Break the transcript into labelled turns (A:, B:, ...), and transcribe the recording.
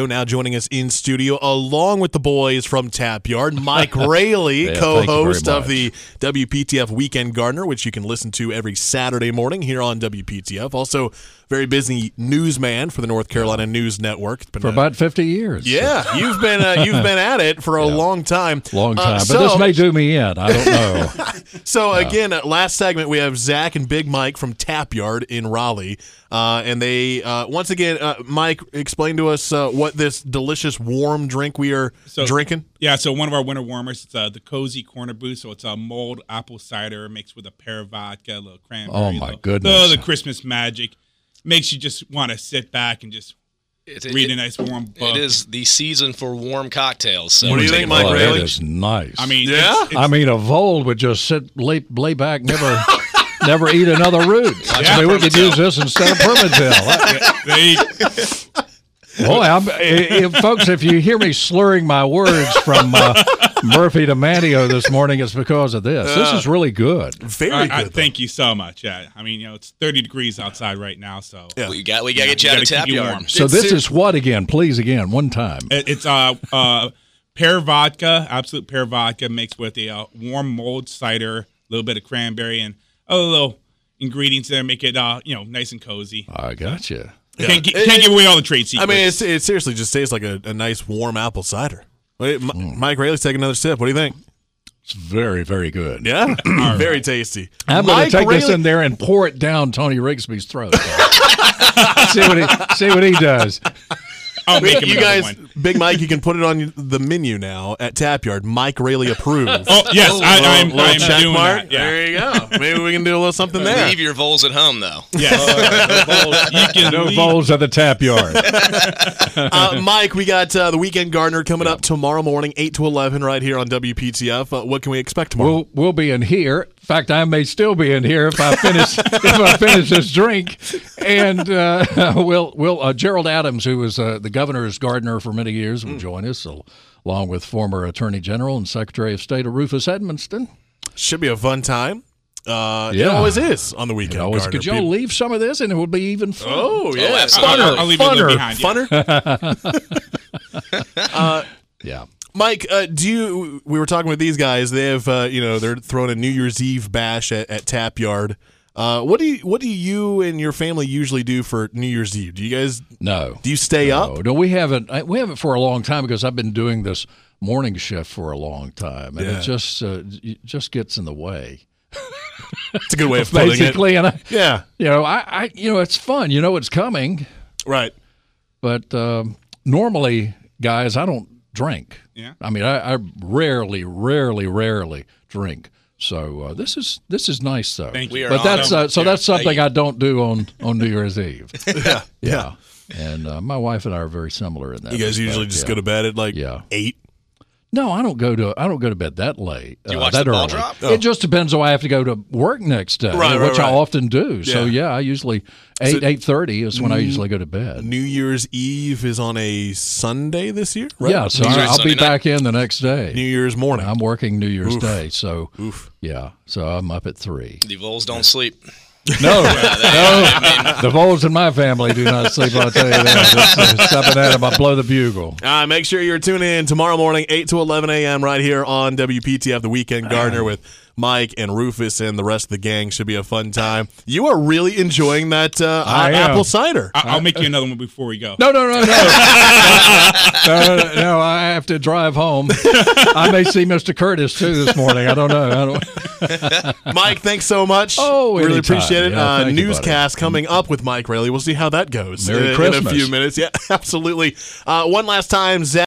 A: Now joining us in studio, along with the boys from Tap Yard, Mike Rayleigh,
B: Yeah, thank you very
A: co-host of
B: much.
A: the WPTF Weekend Gardener, which you can listen to every Saturday morning here on WPTF. Also, very busy newsman for the North Carolina News Network. It's been
B: for
A: a-
B: about 50 years.
A: yeah, you've been uh, you've been at it for a long time.
B: Long
A: Uh,
B: time. but
A: so-
B: this may do me in. I don't know.
A: So again, uh, last segment we have Zach and Big Mike from Tap Yard in Raleigh, uh, and they uh, once again, uh, Mike, explain to us uh, what this delicious warm drink we are
C: So-
A: drinking.
C: Yeah, so one of our winter warmers, it's uh, the Cozy Corner Booth. So it's a mold apple cider mixed with a pear vodka, a little cranberry.
B: Oh, my
C: little-
B: goodness.
C: Oh, the Christmas magic makes you just want to sit back and just
D: It,
C: read a
D: it-
C: nice warm book.
D: it is the season for warm cocktails. So
A: What do
D: we're
A: you think,
D: taking
A: Mike
D: a
B: oh,
D: look.
A: Rayleigh? really?
B: That is nice.
C: I mean,
A: Yeah?
C: it's- it's-
B: I mean, of old would just sit, lay, lay back, never never eat another root. I mean, we could use this instead of Permatil.
C: they,
B: Boy, I'm, i- if, folks, if you hear me slurring my words from uh, Murphy to Manio this morning, it's because of this. This
A: Uh,
B: is really good.
A: Very
C: I,
A: good.
C: I,
A: though.
C: thank you so much. Yeah, I mean, you know, it's 30 degrees outside right now, so
A: Yeah.
D: We got we got to get you
C: We
D: out of
C: gotta
D: tap
C: keep you
D: yard.
C: warm.
B: So
C: It's
B: this
C: ser-
B: is what again? Please again, one time.
C: It- It's uh, uh, pear vodka, absolute pear vodka, mixed with a uh, warm mold cider, a little bit of cranberry, and other little ingredients there make it uh, you know nice and cozy.
B: I got you.
C: Can't, gi-
A: It-
C: can't
A: it-
C: give away all the
A: I
C: trade secrets.
A: mean, it's, it seriously just tastes like a, a nice warm apple cider. Wait, Mi-
B: Hmm.
A: Mike Rayleigh's take another sip. What do you think?
B: It's very, very good.
A: Yeah, very tasty.
B: I'm going
A: Mike
B: to take this
A: Rayleigh-
B: in there and pour it down Tony Rigsby's throat. see what he see what he does.
C: I'll make him
A: You
C: another
A: guys,
C: one.
A: Big Mike, you can put it on the menu now at Tap Yard. Mike Rayleigh approved.
C: Oh yes, I, I'm,
A: Little
C: I'm
A: check
C: doing
A: mark.
C: that. Yeah.
A: There you go. Maybe we can do a little something there.
D: Leave your voles at home though.
C: Yes. you can
B: No
C: leave-
B: bowls at the tap yard.
A: Uh, Mike, we got uh, the Weekend Gardener coming up tomorrow morning, 8 to 11, right here on WPTF. Uh, what can we expect tomorrow?
B: We'll we'll be in here. In fact, I may still be in here if I finish if I finish this drink. And uh, we'll we'll uh, Gerald Adams, who was uh, the governor's gardener for many years,
A: Hmm.
B: will join us al- along with former Attorney General and Secretary of State Rufus Edmonston.
A: Should be a fun time. Uh, It
B: Yeah.
A: always is on the Weekend
B: You always,
A: Gardener.
B: could y'all
A: People-
B: leave some of this, and it would be even fun.
A: Oh, yeah.
D: absolutely.
C: I'll, I'll leave you a
B: Funner.
C: little behind. Yeah.
A: Funner.
B: Yeah.
A: Mike, uh, do you? We were talking with these guys. They have, uh, you know, they're throwing a New Year's Eve bash at, at Tap Yard. Uh, what do you? What do you and your family usually do for New Year's Eve? Do you guys?
B: No.
A: Do you stay
B: No,
A: up?
B: Oh, No, we haven't. I, we haven't for a long time because I've been doing this morning shift for a long time, and
A: Yeah.
B: it just uh, it just gets in the way,
A: It's a good way of putting it.
B: basically. And I,
A: Yeah.
B: you know, I, I, you know, it's fun. You know, it's coming,
A: Right.
B: but um, normally, guys, I don't drink.
C: Yeah.
B: I mean, I, I rarely, rarely, rarely drink. So uh, this is this is nice though.
C: Thank
D: We
C: you.
D: are
B: But
D: on
B: that's
D: them.
B: uh, so
D: Yeah,
B: that's
D: thank
B: something
D: you.
B: I don't do on on New Year's Eve.
A: Yeah. Yeah.
B: And uh, my wife and I are very similar in that.
A: You guys
B: respect,
A: usually just
B: yeah.
A: go to bed at like
B: Yeah.
A: eight.
B: No, I don't go to I don't go to bed that late.
D: You
B: uh,
D: watch
B: that
D: the ball
B: early.
D: drop?
B: It just depends on I have to go to work next day,
A: Right, right,
B: which
A: right.
B: I often do. So
A: Yeah. Mm-hmm.
B: yeah, I usually eight eight thirty is when I usually go to bed.
A: New Year's Eve is on a Sunday this year, right?
B: Yeah, so
D: New
B: I,
D: Year's
B: will
D: Sunday
B: be
D: night.
B: back in the next day.
A: New Year's morning.
B: I'm working New Year's
A: Oof.
B: Day, so
A: Oof.
B: yeah, so I'm up at three.
D: The voles don't sleep.
B: No, no, the voles in my family do not sleep. I'll tell you that. Just, uh, stepping at 'em, I blow the bugle.
A: Uh, make sure you're tuning in tomorrow morning, 8 to 11 a.m., right here on WPTF, The
B: Ah.
A: Weekend Gardener, with Mike and Rufus and the rest of the gang. Should be a fun time. You are really enjoying that uh,
B: I
A: uh,
B: am.
A: apple cider.
C: I- I'll make you another one before we go.
B: No, no, no, no. no, no, no, I have to drive home. I may see Mr. Curtis too this morning. I don't know. I don't.
A: Mike, thanks so much.
B: Oh,
A: really
B: anytime.
A: appreciate it.
B: Yeah,
A: uh,
B: thank you,
A: newscast coming up with Mike Rayleigh. We'll see how that goes uh, in,
B: Merry
A: in a
B: Christmas.
A: few minutes. Yeah, absolutely. Uh, one last time, Zach.